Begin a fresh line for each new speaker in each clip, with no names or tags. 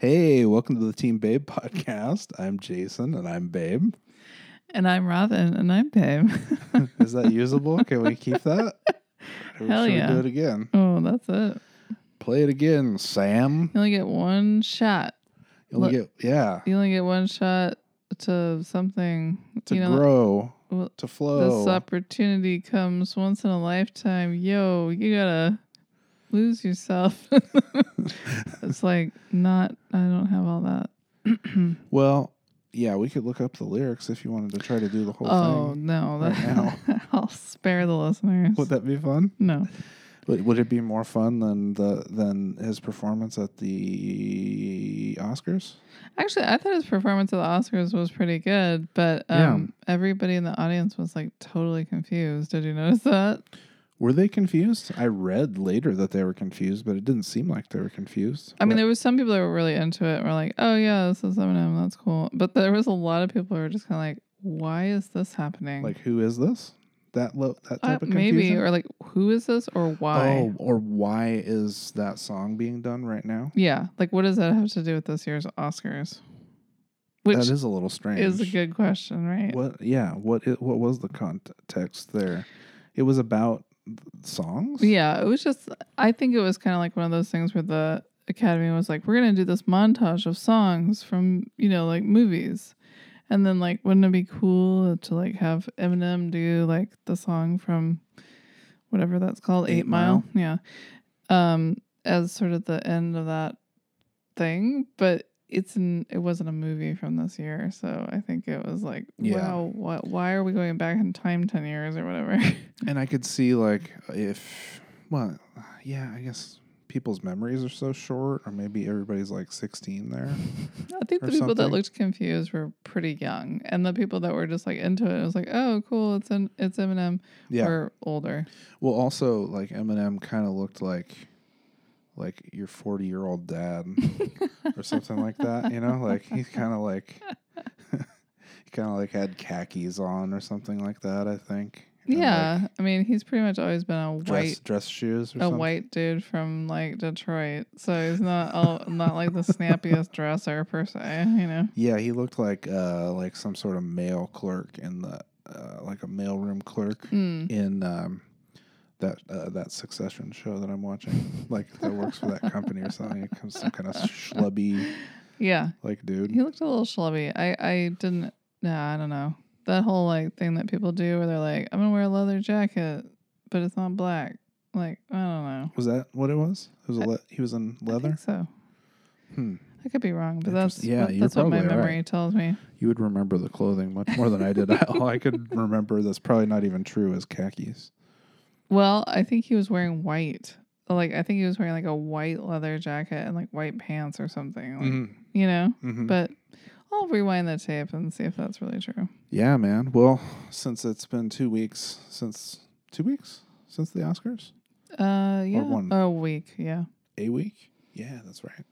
welcome to the Team Babe podcast. I'm Jason and I'm Babe.
And I'm Robin, and I'm Babe.
Is that usable? Can we keep that? Or
Hell
should
yeah.
we do it again?
oh, that's it.
Play it again, Sam.
You only get one shot.
You'll
Look-
get yeah.
You only get one shot to something.
To
you know,
grow, Oh.
well,
to
this
flow.
opportunity comes once in a lifetime. Yo, you gotta lose yourself. it's like not. I don't have all that.
Well, yeah, we could look up the lyrics if you wanted to try to do the whole
oh
thing.
no,
right now.
I'll spare the listeners.
Would that be fun?
no,
Would, would it be more fun than the than his performance at the Oscars?
actually, I thought his performance at the Oscars was pretty good, but um, everybody in the audience was like totally confused. Did you notice that?
Were they confused? I read later that they were confused, but it didn't seem like they were confused.
I mean,
But-
there was some people that were really into it and were like, "Oh yeah, this is Eminem, that's cool." But there was a lot of people who were just kind of like, "Why is this happening?"
like who is this? That lo- that
Uh,
type of confusion?
maybe or like, "Who is this?" or "Why?"
Oh, or why is that song being done right now?
Yeah, like what does that have to do with this year's Oscars? Which
that
is,
is a little strange.
a good question, right?
What? Yeah. What? i what was the context there? It was about songs.
Yeah, it was just. I think it was kind of like one of those things where the Academy was like, "We're gonna do this montage of songs from you know like movies," and then like, wouldn't it be cool to like have Eminem do like the song from whatever that's called, Eight,
Eight
Mile. yeah, um, as sort of the end of that thing, but. It's an, it wasn't a movie from this year, so I think it was like,
Yeah.
wow, what, why are we going back in time ten years or whatever?
And I could see like if well, yeah. I guess people's memories are so short, or maybe everybody's like sixteen there.
I think
or
the people
something.
that looked confused were pretty young, and the people that were just like into it, it was like, "Oh, cool, it's an it's Eminem,"
Yeah.
were older.
Well, also like Eminem kind of looked like like your forty year old dad or something like that. You know, like he's kind of like he kind of like had khakis on or something like that. I think. And,
yeah,
like,
I mean, he's pretty much always been a
dress
white
dress shoes or
a
something.
white dude from like Detroit, so he's not all, not like the snappiest dresser per se, you know.
Yeah, he looked like uh like some sort of mail clerk in the uh, like a mailroom clerk
Mm.
in um that uh, that Succession show that I'm watching. like that works for that company or something. It comes some kind of schlubby
Yeah,
like dude.
he looked a little schlubby. I I didn't. Nah, I don't know that whole like thing that people do where they're like, "I'm gonna wear a leather jacket, but it's not black." Like I don't know.
Was that what it was? It was a le- he was in
I
leather.
think so.
Hmm.
I could be wrong, but
Interest-
that's
yeah,
yeah,
you're
that's what my
probably right.
memory tells me.
You would remember the clothing much more than I did. All I could remember that's probably not even true is khakis.
Well, I think he was wearing white. Like I think he was wearing like a white leather jacket and like white pants or something.
Mm-hmm.
Like, You know?
Mhm.
But I'll rewind the tape and see if that's really true.
Yeah, man. Well, since it's been two weeks since two weeks since the Oscars,
Uh yeah.
one.
A week, yeah.
a week. Yeah, that's right.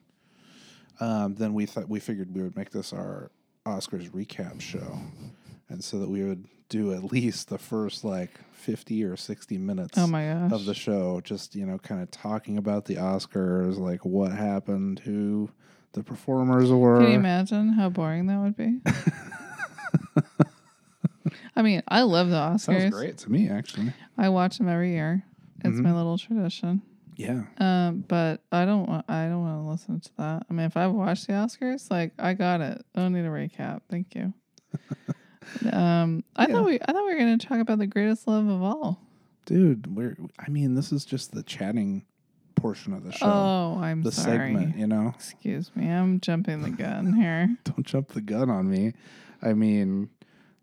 Um, then we thought we figured we would make this our Oscars recap show, and so that we would do at least the first like fifty or sixty minutes.
Oh my gosh.
of the show, just you know, kind of talking about the Oscars, like what happened, who the performers were.
Can you imagine how boring that would be? I mean, I love the
Sounds
Oscars.
great to me, actually.
I watch them every year. It's
Mhm.
my little tradition.
Yeah,
Um, but I don't want I don't want to listen to that. I mean, if I've watched the Oscars, like I got it. I don't need a recap. Thank you. um, I
Yeah.
thought we I thought we were gonna talk about the greatest love of all.
dude. We're. I mean, this is just the chatting portion of the show,
oh, I'm
the
sorry.
segment. You know,
Excuse me, I'm jumping the gun here.
don't jump the gun on me. I mean,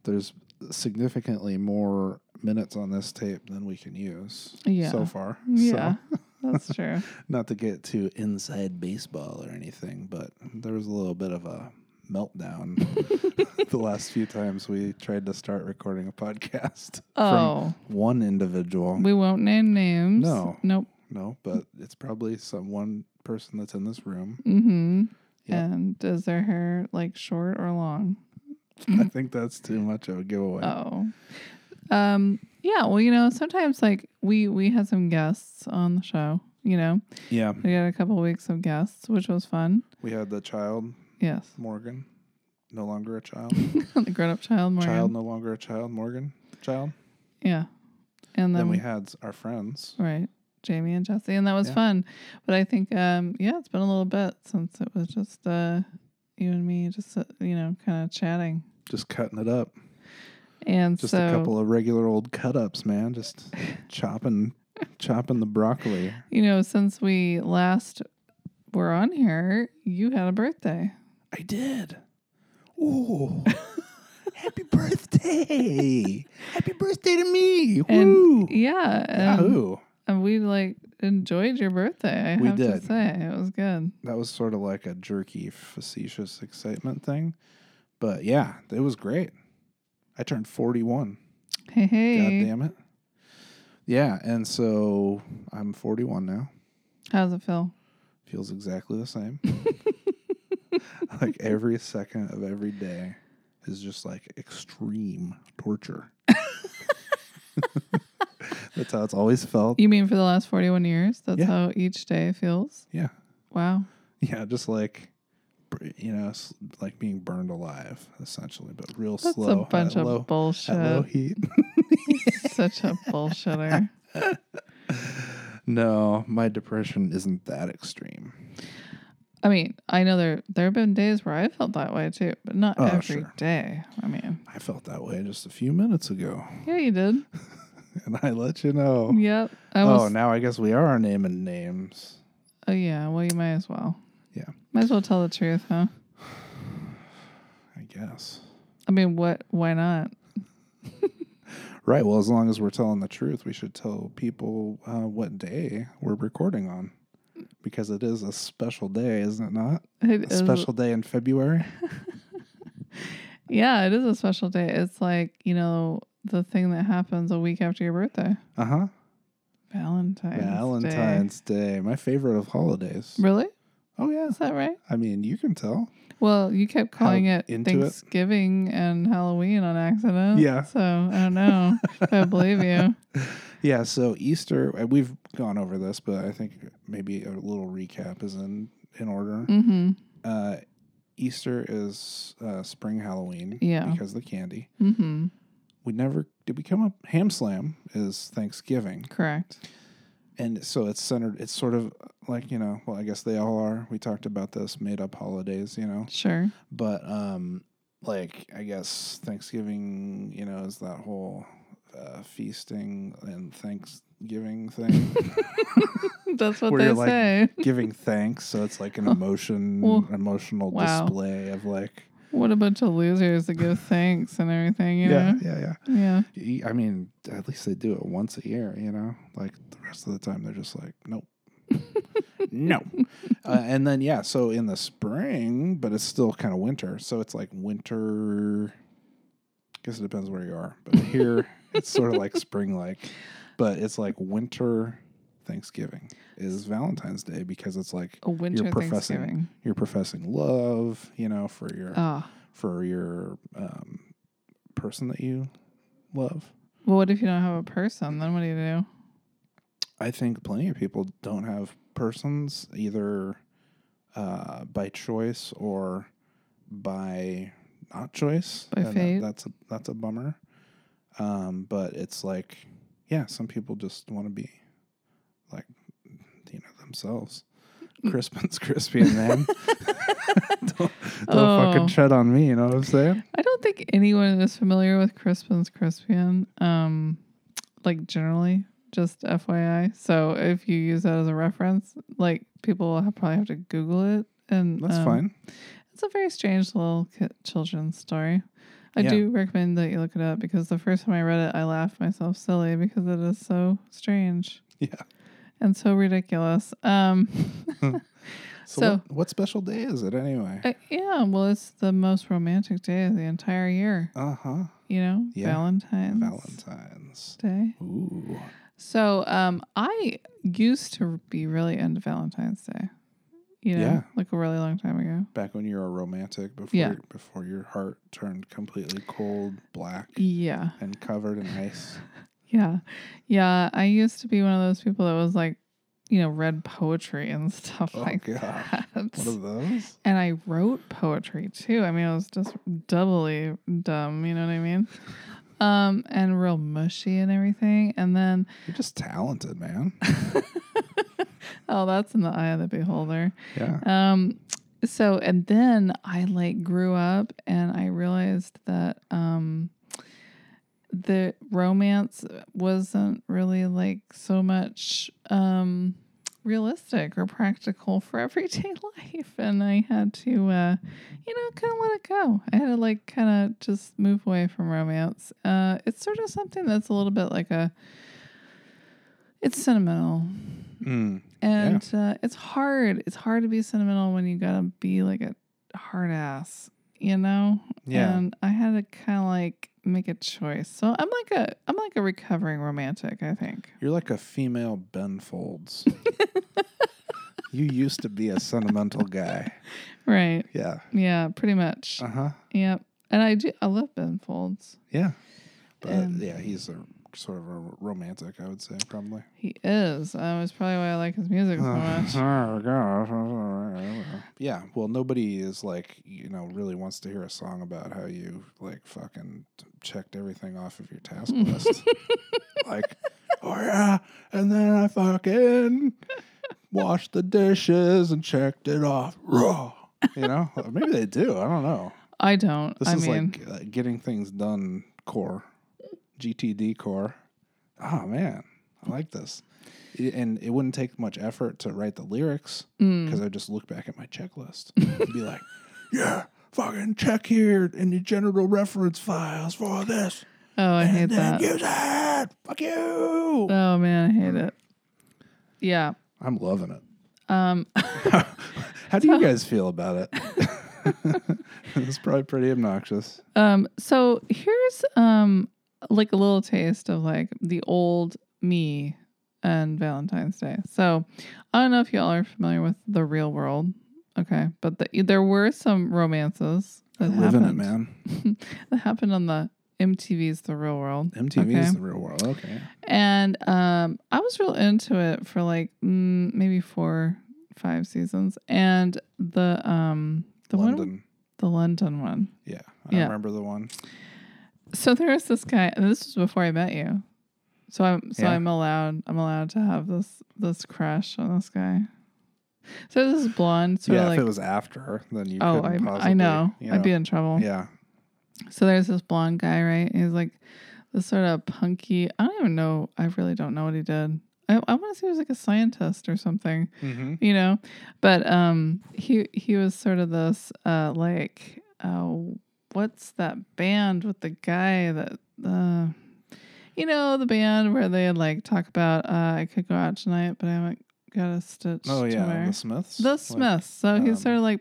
there's significantly more minutes on this tape than we can use
Yeah.
so far.
Yeah,
So,
that's true.
not to get too inside baseball or anything, but there was a little bit of a meltdown the last few times we tried to start recording a podcast
Oh,
from one individual.
we won't name names.
No.
Nope.
no, but it's probably some one person that's in this room.
Mm-hmm.
Yeah.
And is their hair like short or long?
I think that's too much of a giveaway.
Oh. Um yeah, well, you know, sometimes like we we had some guests on the show, you know.
yeah,
We got a couple weeks of guests, which was fun.
we had the child
Yes.
Morgan, no longer a child.
the grown up child, Morgan.
Child, no longer a child. Morgan, child.
Yeah. And
Then
then,
we had our friends.
right, Jamie and Jesse. And that was
Yeah.
fun. But I think, um, yeah, it's been a little bit since it was just uh, you and me just, uh, you know, kind of chatting.
Just cutting it up.
And
Just
so,
a couple of regular old cut ups, man. Just chopping, chopping the broccoli.
you know, since we last were on here, you had a birthday.
I did. Ooh. Happy birthday. Happy birthday to me.
And-
Woo.
Yeah. um, And,
Yahoo.
and we like enjoyed your birthday. I
We
have
did.
to say, it was good.
That was sort of like a jerky, facetious excitement thing. But yeah, it was great. I turned 41.
Hey, hey.
God damn it. Yeah. And so I'm 41 now.
How's it feel?
Feels exactly the same. like every second of every day is just like extreme torture. That's how it's always felt.
You mean for the last 41 years? That's
Yeah.
how each day feels?
Yeah.
Wow.
Yeah. Just like, br- you know, s- like being burned alive, essentially, but real
That's
slow.
a bunch
at
of
low, at low
bullshit.
heat.
Such a bullshitter.
no, my depression isn't that extreme.
I mean, I know there there have been days where I felt that way too, but not
Oh,
every day.
sure.
I mean,
I felt that way just a few minutes ago,
yeah, you did.
and I let you know.
Yep. I was,
oh, now I guess we are naming names.
oh, yeah. Well, you may as well.
Yeah.
Might as well tell the truth, huh?
I guess.
I mean, what? Why not?
Right. Well, as long as we're telling the truth, we should tell people uh, what day we're recording on, because it is a special day, isn't it not?
It
A
is-
special day in February.
Yeah, it is a special day. It's like, you know, the thing that happens a week after your birthday.
Uh huh.
Valentine's. Day.
Valentine's day. My favorite of holidays.
Really?
Oh yeah.
Is that right?
I mean, you can tell.
Well, you kept
How
calling it
into it?
Thanksgiving and Halloween on accident.
Yeah.
So I don't know. if I believe you.
Yeah. So Easter. uh, We've gone over this, but I think maybe a little recap is in in order.
Mm-hmm.
Uh, Easter is uh, spring Halloween.
Yeah.
Because of the candy.
Mm-hmm.
We never did. We come up. Ham slam is Thanksgiving.
Correct.
and so it's centered it's sort of like you know well i guess they all are we talked about this made up holidays you know
Sure.
but um like i guess thanksgiving you know is that whole uh, feasting and thanksgiving thing
That's what
Where
they
you're like-
say.
giving thanks so it's like an emotion
Oh.
emotional
Wow.
display of like
What a bunch of losers that give thanks and everything. You
yeah
Know?
yeah yeah
Yeah.
Y- e, i mean at least they do it once a year you know like the rest of the time they're just like nope no. Uh, and then yeah, so in the spring, but it's still kind of winter. So it's like winter. I guess it depends where you are, but here it's sort of like spring like, but it's like winter Thanksgiving is Valentine's Day because it's like
A winter
professing-
Thanksgiving.
you're professing love, you know, for your
Ah.
for your um, person that you love.
Well, what if you don't have a person? Then what do you do?
I think plenty of people don't have persons either uh, by choice or by not choice.
By
And that-
fate.
that's a that's a bummer. Um, but it's like, yeah, some people just want to be like, you know, themselves.
Mm.
Crispin's crispy and them. don't don't
Oh.
fucking tread on me. You know what I'm saying?
I don't think anyone is familiar with Crispin's Crispian, um, like generally, just FYI. So if you use that as a reference, like people will have, probably have to Google it. And
That's
um,
fine.
It's a very strange little ki- children's story. I
Yeah.
do recommend that you look it up because the first time I read it, I laughed myself silly because it is so strange
Yeah.
and so ridiculous. Um,
So,
So-
what, what special day is it anyway?
uh, yeah, well, it's the most romantic day of the entire year.
Uh huh.
You know,
Yeah.
Valentine's
Valentine's.
Day.
Ooh.
So um, I used to be really into Valentine's Day. You know,
Yeah.
like a really long time ago.
back when you were a romantic before
Yeah.
before your heart turned completely cold black
Yeah.
and covered in ice
Yeah. Yeah. I used to be one of those people that was like you know, read poetry and stuff
Oh,
like
gosh.
that.
One of those?
And I wrote poetry too. I mean, I was just doubly dumb, you know what I mean? Um, and real mushy and everything. And then,
You're just talented, man.
oh, that's in the eye of the beholder.
Yeah.
Um, so, and then I like grew up and I realized that, um, the romance wasn't really like so much, um, realistic or practical for everyday life and i had to uh you know kind of let it go i had to like kind of just move away from romance uh it's sort of something that's a little bit like a it's sentimental
Mm.
and uh, it's hard it's hard to be sentimental when you gotta be like a hard ass you know
Yeah.
and i had to kind of like make a choice so i'm like a i'm like a recovering romantic i think
You're like a female Ben Folds. you used to be a sentimental guy.
right
Yeah.
yeah pretty much
Uh huh.
yep and i do i love ben folds
Yeah. But
Um,
yeah, he's a sort of a romantic, I would say, probably.
He is. That was probably why I like his music so
Uh, Uh-huh.
much.
yeah. Well, nobody is like, you know, really wants to hear a song about how you like fucking checked everything off of your task list. like, oh yeah. And then I fucking washed the dishes and checked it off. Raw. You know, maybe they do. I don't know.
I don't.
This
I
is
mean,
like uh, getting things done core, GTD core. Oh man, I like this. I- And it wouldn't take much effort to write the lyrics
mm,
because I would just look back at my checklist and be like, yeah, fucking check here in the general reference files for this.
oh, I
and
hate
then
that.
use it. Fuck you.
Oh man, I hate it. Yeah.
I'm loving it.
Um.
How do you guys feel about it? it's probably pretty obnoxious.
Um. So here's um like a little taste of like the old me and Valentine's Day. So I don't know if y'all are familiar with the real world. Okay, but the, there were some romances
I
that
live in it,
happened.
man.
That happened on the MTV's The Real World.
MTV
Okay.
is the real world. Okay.
And um, I was real into it for like mm, maybe four, five seasons. And the um, the
London.
one, the London one.
Yeah, I
Yeah.
remember the one.
So there was this guy, and this was before I met you. So I'm so
Yeah.
I'm allowed I'm allowed to have this this crush on this guy. So this is blonde, sort
yeah,
of
if it
like
was after, then you
oh
couldn't
I
possibly.
I know
you
I'd be in trouble.
Yeah,
So there's this blonde guy, right? He's like this sort of punky. I don't even know. I really don't know what he did. I, I want to say he was like a scientist or something.
hmm
you know but um he he was sort of this uh like uh what's that band with the guy that uh you know the band where they like talk about uh i could go out tonight but i haven't got a stitch
oh
to
yeah,
wear.
the Smiths.
the smiths so
um,
he's sort of like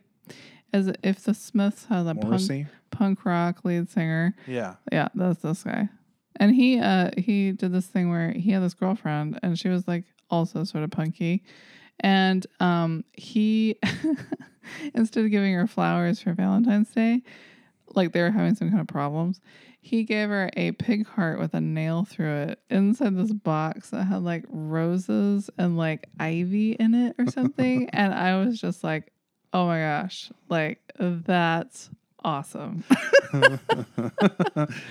as if the smiths had a
like,
punk,
Morrissey.
punk rock lead singer
Yeah,
yeah, that's this guy. And he uh he did this thing where he had this girlfriend and she was like also sort of punky. And um he instead of giving her flowers for Valentine's Day, like they were having some kind of problems, he gave her a pig heart with a nail through it inside this box that had like roses and like ivy in it or something. and I was just like, Oh my gosh, like that's awesome.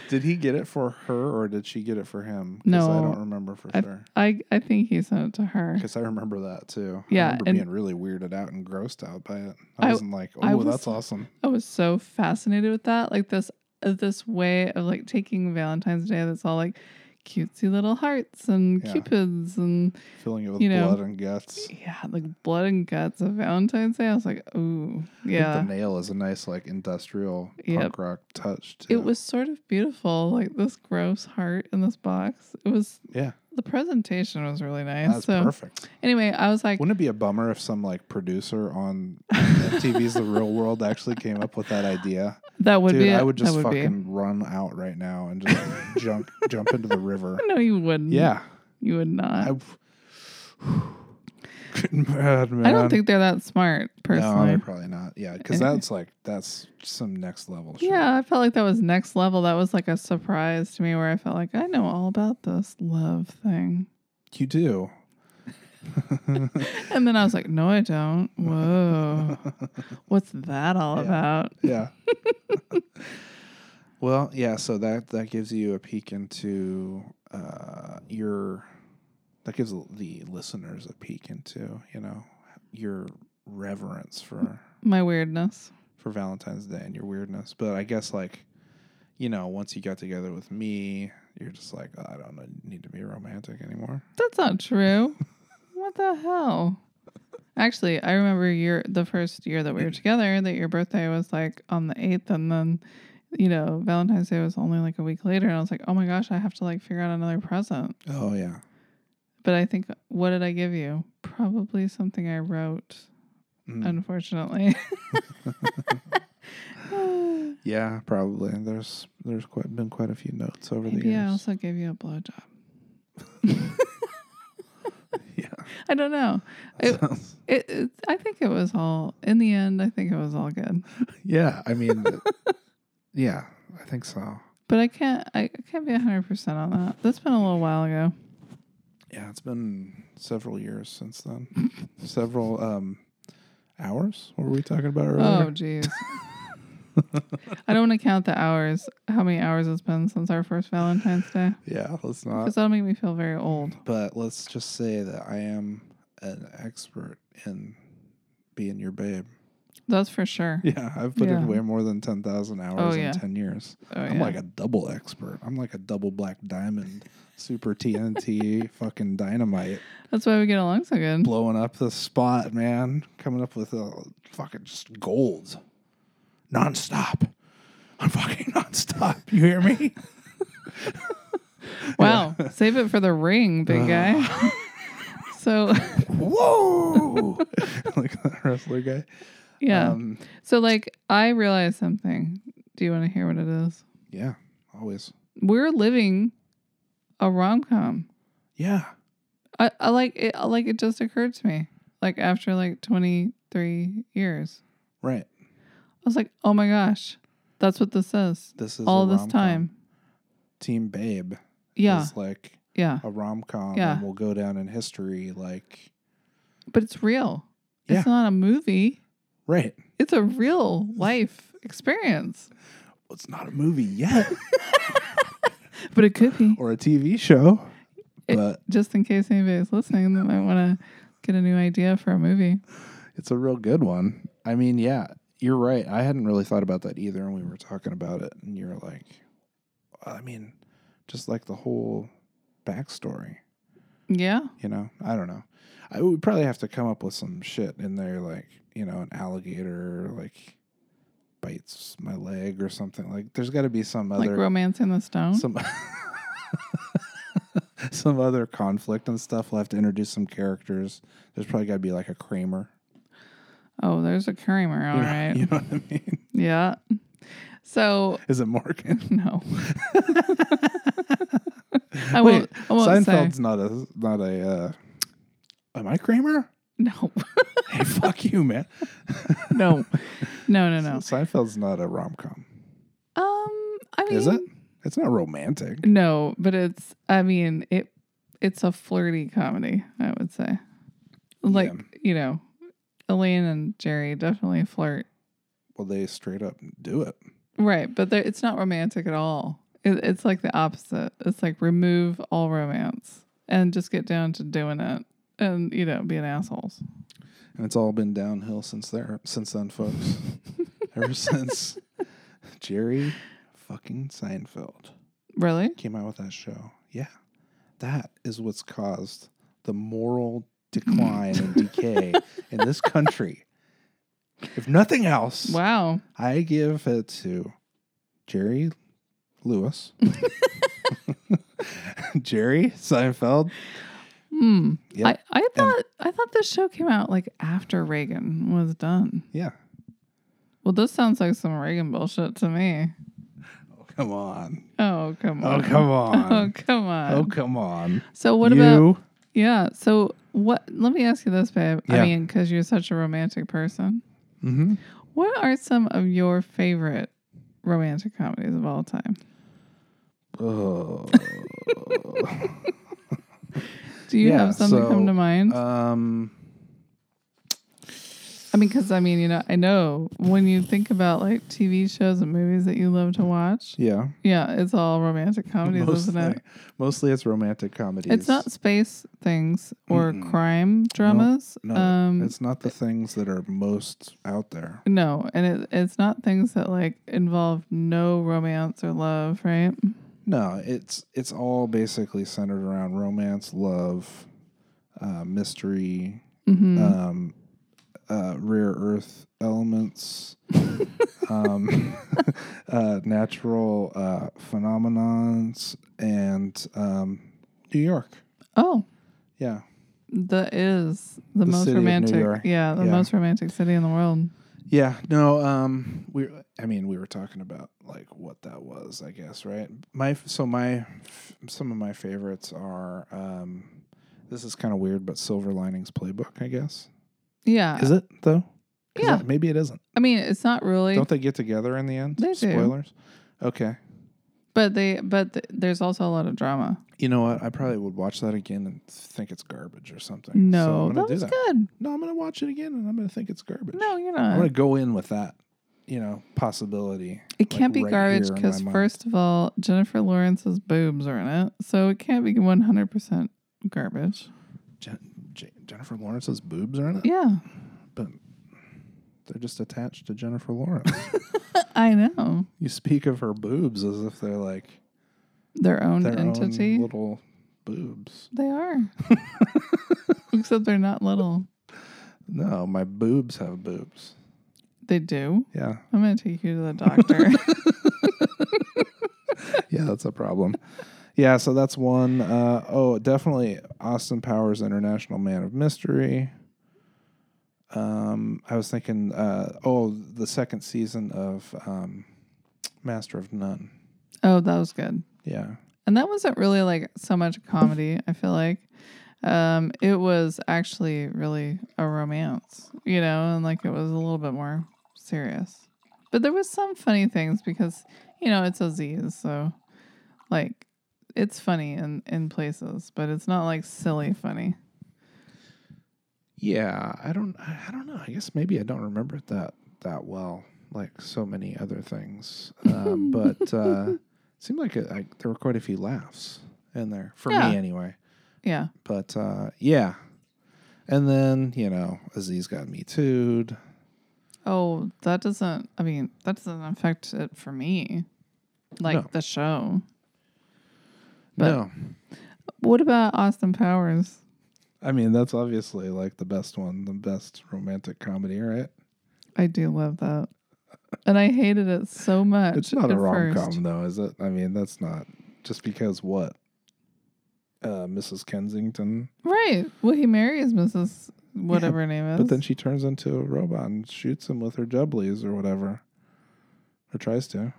did he get it for her or did she get it for him? 'Cause I
No.
don't remember for sure.
I I think he sent it to her.
Because I remember that too. I
Yeah,
remember
and-
being really weirded out and grossed out by it.
I-
I wasn't like,
I
oh,
was-
that's awesome.
I was so fascinated with that, like this uh, this way of like taking Valentine's Day that's all like cutesy little hearts and
Yeah.
cupids and
Filling it with
You know,
blood and guts.
yeah, like blood and guts of Valentine's Day. I was like, ooh,
I
yeah.
think the nail is a nice like industrial
Yep.
punk rock touch. Too.
It was sort of beautiful, like this gross heart in this box. It was
yeah,
the presentation was really nice.
that's
so
perfect.
anyway, I was like,
Wouldn't it be a bummer if some like producer on MTV's The Real World actually came up with that idea?
that would
Dude,
be.
I
it.
would just
that would
fucking run out right now and just jump jump into the river.
Be. No, you wouldn't.
Yeah,
you would not.
I.
I,
Good man, man.
don't think they're that smart,
No,
personally.
they're probably not. Yeah, because
Anyway.
that's like that's some next level. Shit.
Yeah, I felt like that was next level. That was like a surprise to me where I felt like I know all about this love thing.
you do.
And then I was like, no, I don't. Whoa. What's that all
Yeah.
about?
yeah. well, yeah. So that that gives you a peek into uh, your. That gives the listeners a peek into you know your reverence for
My weirdness.
for Valentine's Day and your weirdness. But I guess like, you know, once you got together with me, you're just like, "Oh, I don't need to be romantic anymore.
That's not true. what the hell? Actually, I remember year the first year that we were together that your birthday was like on the eighth, and then you know Valentine's Day was only like a week later, and I was like, oh my gosh, I have to like figure out another present.
Oh yeah.
But I think what did I give you? Probably something I wrote. Hmm.
Mm.
Unfortunately.
yeah, probably. There's there's quite been quite a few notes over the
Maybe I
years.
also gave you a blowjob.
Yeah.
I don't know. It- It, it, I think it was all in the end. I think it was all good.
yeah, I mean Yeah, I think so.
But I can't. I can't be hundred percent on that. That's been a little while ago.
Yeah, it's been several years since then. several um hours? What were we talking about
Oh,
earlier?
jeez. I don't want to count the hours. How many hours it's been since our first Valentine's Day?
Yeah, let's not
Because that'll make me feel very old.
But let's just say that I am an expert in being your babe.
That's for sure.
Yeah, I've put
Yeah.
in way more than 10,000 hours
Oh,
in
yeah.
10 years.
Oh,
I'm
yeah.
like a double expert. I'm like a double black diamond, super TNT, fucking dynamite,
That's why we get along so good.
blowing up the spot, man. Coming up with a fucking just gold, nonstop. I'm fucking nonstop. You hear me?
Wow. Save it for the ring,
Uh,
big guy. so,
Whoa! like that wrestler guy.
yeah.
Um,
so, like, I realized something. Do you want to hear what it is?
yeah, always.
We're living a rom com.
Yeah.
I, I like it. I like it just occurred to me, like after like twenty three years,
Right.
I was like, oh my gosh, that's what this is.
This is
All
a
this
rom-com.
time,
Team Babe.
yeah,
Is like
yeah,
a rom com
Yeah.
and will go down in history like
but it's real.
Yeah.
It's not a movie.
Right.
It's a real life experience,
Well, It's not a movie yet
but it could be.
or a TV show.
It-
But
Just in case anybody's listening that might want to get a new idea for a movie.
it's a real good one. I mean, yeah, you're right. I hadn't really thought about that either and we were talking about it and you're like I mean, just like the whole backstory,
Yeah,
you know? I don't know. I would probably have to come up with some shit in there like, you know, an alligator like bites my leg or something. Like there's gotta be some
like
other
Romance in the Stone.
some some other conflict and stuff. We'll have to introduce some characters. There's probably got to be like a Kramer.
oh, there's a Kramer. All
you know,
right,
you know what I mean?
yeah. So
Is it Morgan?
No. I won't. I won't
Seinfeld's
say
not a not a. Uh, am I Kramer?
no,
hey, fuck you, man.
no, no, no, no.
Seinfeld's not a rom com.
Um, I mean,
Is it? It's not romantic.
No, but it's. I mean, it. It's a flirty comedy. I would say, like you know, Elaine and Jerry definitely flirt,
Well, they straight up do it.
right? But they're- it's not romantic at all. It, it's like the opposite. It's like remove all romance and just get down to doing it, and you know, being assholes.
And it's all been downhill since there since then, folks. Ever since Jerry fucking Seinfeld
Really?
came out with that show. Yeah. That is what's caused the moral decline and decay in this country. If nothing else,
Wow.
I give it to Jerry Lewis. Jerry Seinfeld.
Hmm.
Yep.
I, I thought I thought this show came out like after Reagan was done.
yeah.
Well, this sounds like some Reagan bullshit to me.
Oh, come on.
Oh come
Oh,
on.
come
Oh
on.
come on.
Oh, come on.
So what
you,
about yeah? So what? Let me ask you this, babe. I
Yeah.
mean, because you're such a romantic person.
hmm
What are some of your favorite romantic comedies of all time?
Oh.
Do Do you
Yeah,
have something
so,
come to mind?
Um,
I mean, because I mean, you know, I know when you think about like TV shows and movies that you love to watch,
yeah.
yeah, it's all romantic comedies, isn't it?
mostly it's romantic comedies.
It's not space things or
Mm-mm.
crime dramas.
No,
um,
it's not the things that are most out there.
no, and it, it's not things that like involve no romance or love, right?
No, it's it's all basically centered around romance, love, uh, mystery,
hmm
um, uh, rare earth elements, um, uh, natural uh, phenomenons, and um, New York.
oh,
Yeah,
that is the,
The
most
city of New
romantic.
York.
Yeah, the
Yeah.
most romantic city in the world.
yeah. No, um, we. I mean, we were talking about like what that was, I guess, right? My f- so my f- some of my favorites are. Um, this is kind of weird, but Silver Linings Playbook, I guess.
Yeah,
Is it though? 'Cause
Ah. Yeah.
that- maybe it isn't.
I mean, it's not really.
Don't they get together in the end?
They do.
Spoilers. Okay.
But they, but th- there's also a lot of drama.
You know what? I probably would watch that again and think it's garbage or something.
No,
so I'm
that
gonna do
was
that.
good.
No, I'm gonna watch it again and I'm gonna think it's garbage.
No, uh, you're
I'm gonna
not.
go in with that, you know, possibility.
It can't be
right
garbage
here in my
because
mind.
first of all, Jennifer Lawrence's boobs are in it, so it can't be 100 percent garbage.
Jen- J- Jennifer Lawrence's boobs are in it,
Yeah,
but they're just attached to Jennifer Lawrence.
I know
you speak of her boobs as if they're like
their own
their
entity.
own little boobs.
they are, except they're not little.
No, my boobs have boobs.
They do.
Yeah,
I'm gonna take you to the doctor.
yeah, that's a problem. Yeah, so that's one. Uh, oh, definitely Austin Powers, International Man of Mystery. Um, I was thinking, uh, oh, the second season of um, Master of None.
oh, that was good.
Yeah,
And that wasn't really like so much comedy, I feel like. Um, it was actually really a romance, you know, and like it was a little bit more serious. But there was some funny things because, you know, it's Aziz, so like it's funny in, in places, but it's not like silly funny.
yeah. I don't, I I don't know. I guess maybe I don't remember it that that well, like so many other things. Um, but uh, it seemed like it, I, there were quite a few laughs in there for
Yeah.
me, anyway.
Yeah.
But uh, yeah. And then, you know, Aziz got me tooed.
Oh, that doesn't I mean, that doesn't affect it for me. Like
No.
the show. But-
No.
What about Austin Powers?
I mean, that's obviously like the best one, the best romantic comedy, right?
I do love that. And I hated it so much.
It's not
at
a rom
first.
com, though, is it? I mean, that's not just because what? Uh, Mrs. Kensington.
Right. Well, he marries Mrs. whatever her name is.
But then she turns into a robot and shoots him with her jubblies or whatever. Or tries to.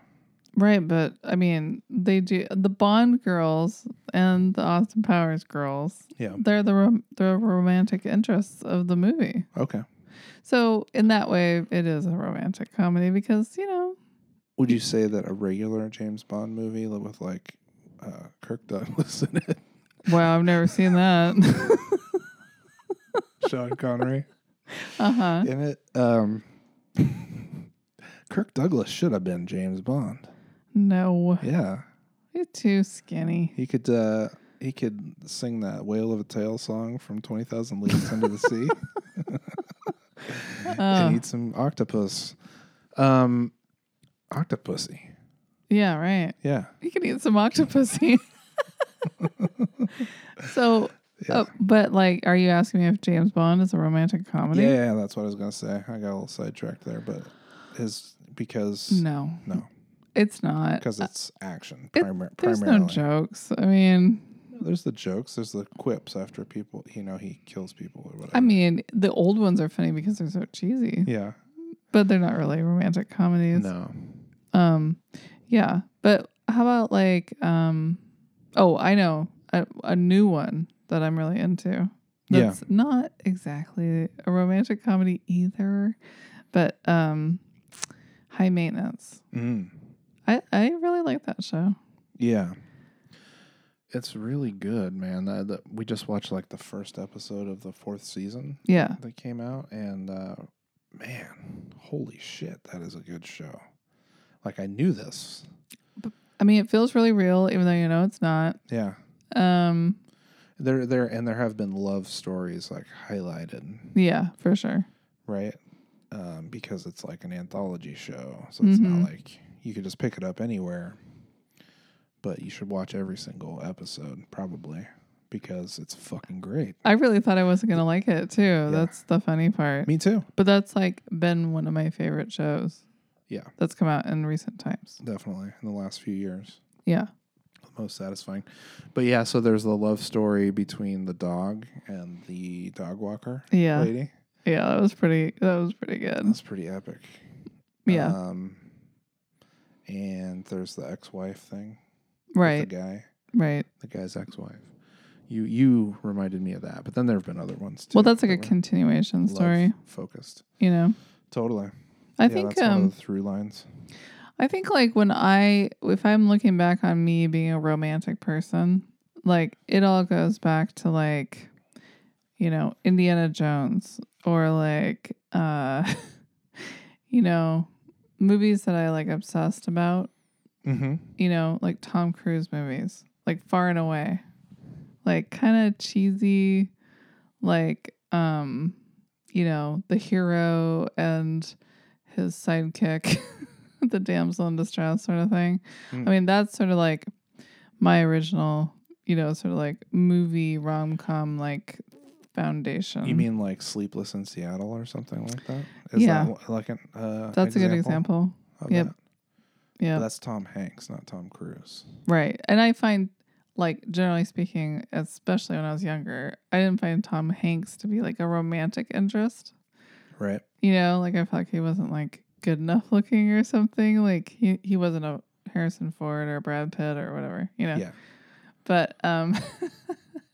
right. But I mean, they do. The Bond girls and the Austin Powers girls,
Yeah.
they're the, rom- the romantic interests of the movie.
Okay.
So, in that way, it is a romantic comedy because, you know,
Would you say that a regular James Bond movie with like uh, Kirk Douglas in it,
wow, I've never seen that.
Sean Connery?
uh huh.
in it. Um, Kirk Douglas should have been James Bond.
No.
Yeah,
You're too skinny.
he could. Uh, he could sing that "Whale of a Tale" song from Twenty Thousand Leagues Under the Sea
Uh,
and eat some octopus. Um, octopussy.
yeah, right.
Yeah,
You can eat some octopusy. so,
Yeah.
oh, but like, are you asking me if James Bond is a romantic comedy?
yeah, yeah. That's what I was gonna say. I got a little sidetracked there, but his because
No,
no,
it's not.
because it's action
It-
primar-
There's
primarily.
no jokes. I mean,
There's the jokes. There's the quips after people. You know, he kills people or whatever.
I mean, the old ones are funny because they're so cheesy,
yeah,
but they're not really romantic comedies.
no.
Um, yeah. But how about like, um, oh, I know a, a new one that I'm really into.
Yeah.
That's not exactly a romantic comedy either, but um, high maintenance.
Mm.
I I really like that show.
Yeah. it's really good, man. Uh, the, we just watched like the first episode of the fourth season
Yeah.
that came out, and uh, man, holy shit, that is a good show. Like I knew this.
I mean, it feels really real, even though you know it's not.
Yeah,
Um,
there, there, and there have been love stories like highlighted,
yeah, for sure.
right? Um, because it's like an anthology show, so it's
Mhm.
not like you could just pick it up anywhere. But you should watch every single episode, probably, because it's fucking great.
I really thought I wasn't gonna like it too. That's the funny part.
Me too.
But that's like been one of my favorite shows.
Yeah.
That's come out in recent times.
Definitely in the last few years,
Yeah.
the most satisfying. But yeah, so there's the love story between the dog and the dog walker
Yeah.
lady.
Yeah, that was pretty that was pretty good.
That's pretty epic.
Yeah.
Um, and there's the ex-wife thing. with
right.
The guy,
Right.
the guy's ex-wife. You you reminded me of that, but then there have been other ones too.
Well, that's like a
that were
continuation
love
story,
focused.
you know.
Totally.
I
yeah,
think
that's one
um
of the through lines.
I think like when I if I'm looking back on me being a romantic person, like it all goes back to like you know, Indiana Jones or like uh you know, movies that I like obsessed about,
Mm-hmm.
you know, like Tom Cruise movies, like Far and Away. Like kind of cheesy like um you know, the hero and his sidekick, the damsel in distress sort of thing.
Mm.
I mean, that's sort of like my original, you know, sort of like movie rom com like foundation.
You mean like Sleepless in Seattle or something like that?
Yeah.
that wh- like an uh,
that's a good example.
of
Yep.
that? But
Yeah.
That's Tom Hanks, not Tom Cruise.
Right. And I find like generally speaking, especially when I was younger, I didn't find Tom Hanks to be like a romantic interest.
Right.
You know, like I felt like he wasn't like good enough looking or something. Like he, he wasn't a Harrison Ford or Brad Pitt or whatever, you know.
Yeah.
But um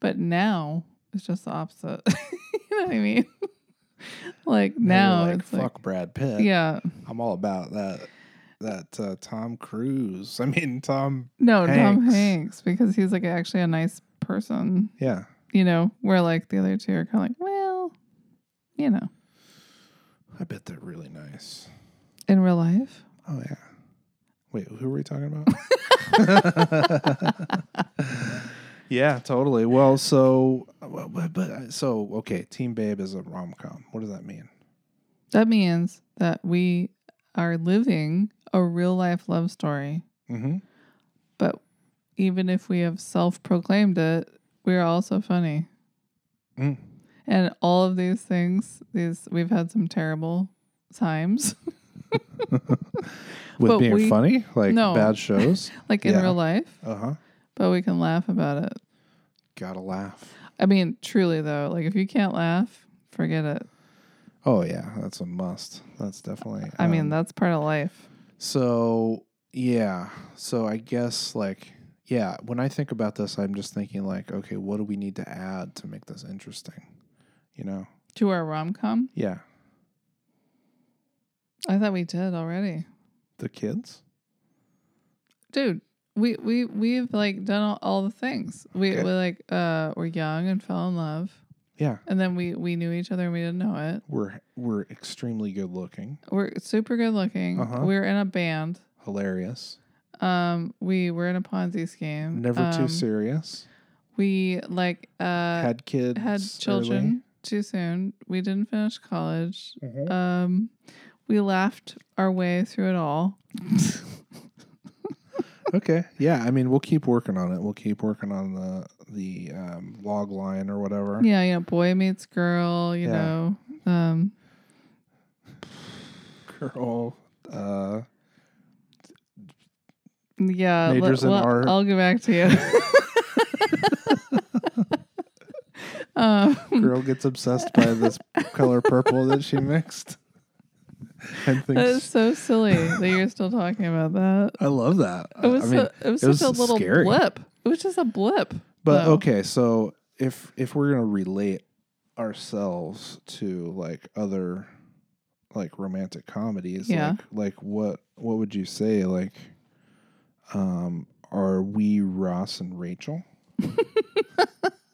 but now it's just the opposite. you know what I mean? like now
you're like,
it's
fuck
like
Brad Pitt.
yeah.
I'm all about that. That uh, Tom Cruise. I mean Tom.
No, Tom
Hanks.
Hanks because he's like actually a nice person.
Yeah.
you know, where like the other two are kind of like, well, you know,
I bet they're really nice.
in real life.
Oh yeah. Wait, who were we talking about? yeah, totally. Well, so but, but- but so okay, Team Babe is a rom com. What does that mean?
That means that we are living a real life love story,
Mm-hmm.
but even if we have self proclaimed it, we're also funny.
Mm.
And all of these things, these we've had some terrible times,
With
But
being
we-
funny, like
No.
bad shows.
like in
Yeah.
real life,
uh huh.
but we can laugh about it.
Gotta laugh.
I mean, truly though, like if you can't laugh, forget it.
Oh yeah, that's a must. That's definitely.
I mean,
um,
that's part of life.
So yeah, so I guess like yeah, when I think about this, I'm just thinking like, okay, what do we need to add to make this interesting? You know?
To our rom com,
Yeah,
I thought we did already.
the kids.
dude we we we've like done all, all the things we
Okay.
we like uh were young and fell in love
Yeah,
and then we we knew each other and we didn't know it
we're we're extremely good looking,
we're super good looking
Uh-huh.
we were in a band
hilarious,
um we were in a ponzi scheme
never
Um,
too serious.
we like uh had,
had kids.
children too soon we didn't finish college
early.
um we laughed our way through it all
okay. Yeah, I mean, we'll keep working on it. We'll keep working on the the um, log line or whatever.
yeah you know boy meets girl you
Uh-huh. Yeah.
know um
Girl. Uh,
Yeah, le-
Majors in
well,
art.
I'll get back to you. um,
girl gets obsessed by this color purple that she mixed and
that is
thinks
so silly that you're still talking about that.
i love that I-
It was
i mean
so- it was
it
just
was
a little
scary.
blip. It was just a blip.
but
though.
okay so if if we're gonna relate ourselves to like other like romantic comedies
Yeah.
like like what what would you say like um are we Ross and Rachel?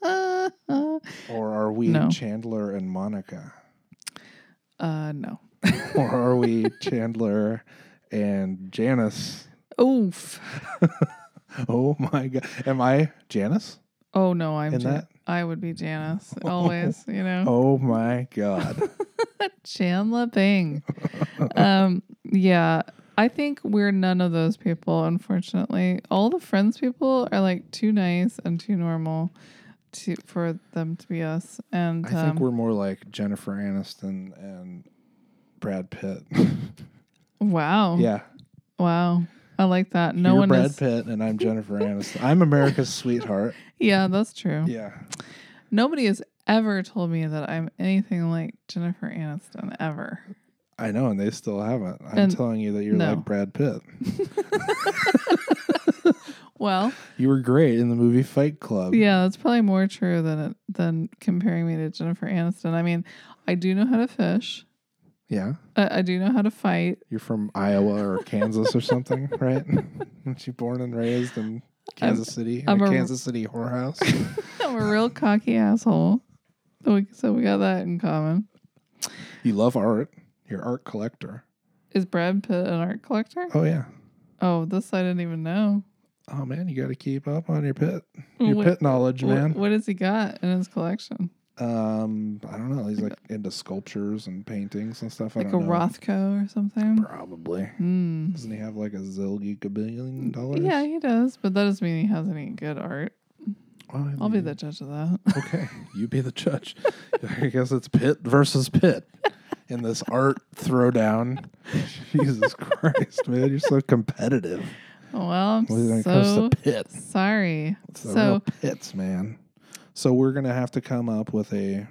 Uh, uh,
Or are we
No.
Chandler and Monica?
uh, no.
Or are we Chandler and Janice?
Oof.
Oh my God. Am I Janice?
Oh no, I'm
In
Jan-
that?
I would be Janice always, you know.
Oh my God.
Chandler Bing. um, yeah, I think we're none of those people. Unfortunately, all the friends people are like too nice and too normal to for them to be us. And
I think
um,
we're more like Jennifer Aniston and Brad Pitt.
wow,
yeah.
wow, I like that. No
You're
one
Brad
is.
Pitt and I'm Jennifer Aniston. I'm America's sweetheart.
Yeah, that's true.
Yeah.
Nobody has ever told me that I'm anything like Jennifer Aniston ever.
I know, and they still haven't. I'm
And-
telling you that you're
no.
like Brad Pitt.
Well,
You were great in the movie Fight Club.
yeah, that's probably more true than it, than comparing me to Jennifer Aniston. I mean, I do know how to fish.
Yeah.
I, I do know how to fight.
You're from Iowa or Kansas or something, right? Weren't you born and raised in Kansas City?
I'm
in a
a-
Kansas City whorehouse?
I'm a real cocky asshole. So we, so we got that in common.
you love art. You're an art collector.
Is Brad Pitt an art collector?
Oh, yeah.
Oh, this I didn't even know.
Oh, man, you got to keep up on your pit. Your
What-
pit knowledge, man.
What, what has he got in his collection?
Um, I don't know. He's like into sculptures and paintings and stuff. I
Like a
don't know.
Rothko or something?
Probably.
Hmm.
Doesn't he have like a zillion billion dollars?
Yeah, he does, but that doesn't mean he has any good art.
Well, I
I'll be
mean,
the judge of that.
Okay, you be the judge. I guess it's pit versus pit in this art throwdown. Jesus Christ, man, you're so competitive
Well, I'm
when it
so
comes to pits.
sorry.
It's the real
So,
pits, man. So we're gonna have to come up with a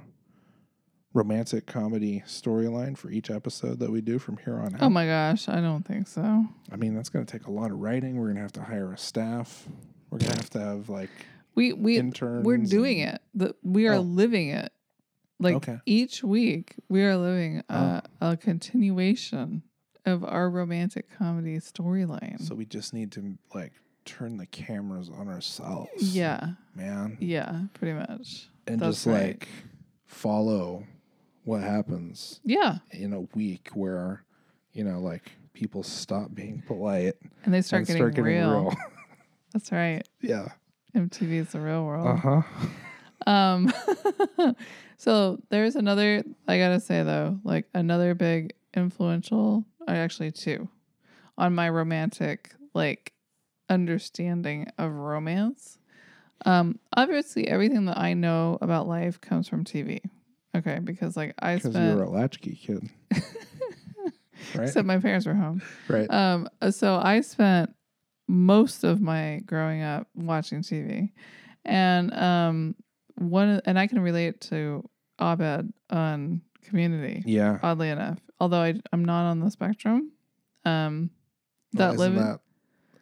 romantic comedy storyline for each episode that we do from here on out.
oh my gosh, I don't think so.
I mean, that's gonna take a lot of writing. We're gonna have to hire a staff. We're gonna have to have like
We we
interns.
we're doing
and-
it. The, we are
Oh.
living it. Like
Okay.
each week, we are living uh, a continuation of our romantic comedy storyline.
So we just need to like turn the cameras on ourselves.
yeah,
Man.
yeah, pretty much.
And
That's
just
right.
like follow what happens
Yeah,
in a week where, you know, like people stop being polite
and they start,
and
getting, real. That's right.
yeah.
MTV is the real world.
Uh huh.
Um, so there's another, I gotta say though, like another big influential, I actually two, on my romantic, like, understanding of romance. Um, obviously, everything that I know about life comes from TV. Okay, because like I
Because you were
spent,
a latchkey kid. right?
except my parents were home.
right.
Um, so I spent most of my growing up watching TV, and um, one and I can relate to Abed on Community,
yeah.
oddly enough. Although I I'm not on the spectrum, um,
Well,
that
isn't
living
that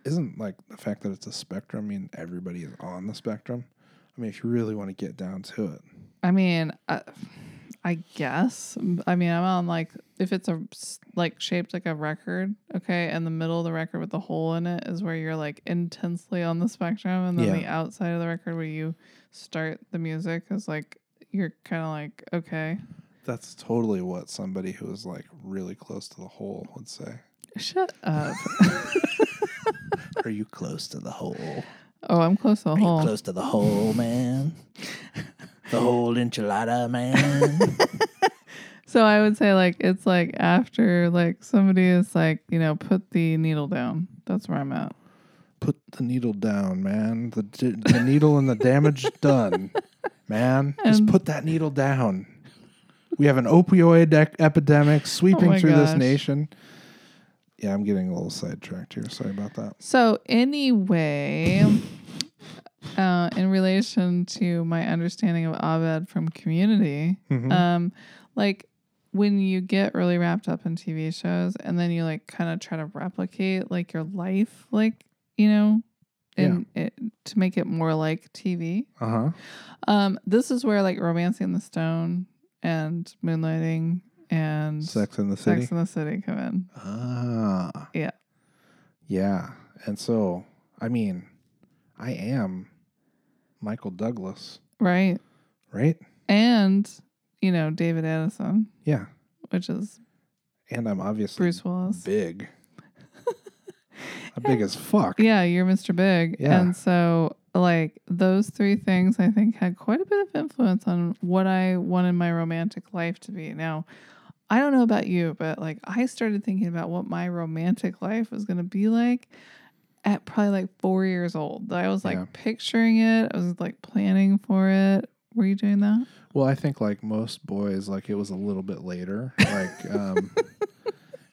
isn't like the fact that it's a spectrum I mean everybody is on the spectrum. I mean, if you really want to get down to it.
I mean, I, I guess. I mean, I'm on like if it's a s- like shaped like a record, okay, and the middle of the record with the hole in it is where you're like intensely on the spectrum, and then
Yeah.
the outside of the record where you start the music is like you're kind of like okay,
That's totally what somebody who is like really close to the hole would say.
shut up.
Are you close to the hole?
oh, I'm close to the hole.
to the hole, man? The whole enchilada, man.
So I would say like it's like after like somebody is like you know put the needle down. That's where I'm at.
Put the needle down, man. The, d- the needle and the damage done, man. Just
And-
put that needle down. We have an opioid ec- epidemic sweeping
Oh my
through this
gosh.
nation. Yeah, I'm getting a little sidetracked here. Sorry about that.
So anyway, uh, in relation to my understanding of Abed from Community,
Mhm.
um, like when you get really wrapped up in TV shows and then you like kind of try to replicate like your life, like you know, and it, to make it more like TV.
Uh huh.
Um, this is where like Romancing the Stone and Moonlighting and
Sex in the City.
Sex in the City come in.
Ah.
Yeah.
Yeah. And so, I mean, I am Michael Douglas,
right?
right?
And you know David Addison,
Yeah.
which is
And I'm obviously
Bruce Willis.
big. I'm big as fuck.
Yeah, you're Mr. Big.
Yeah.
And so, like, those three things I think had quite a bit of influence on what I wanted my romantic life to be. Now, I don't know about you, but like, I started thinking about what my romantic life was going to be like at probably like four years old. I was like
Yeah.
picturing it, I was like planning for it. Were you doing that?
Well, I think like most boys, like it was a little bit later. Like, um,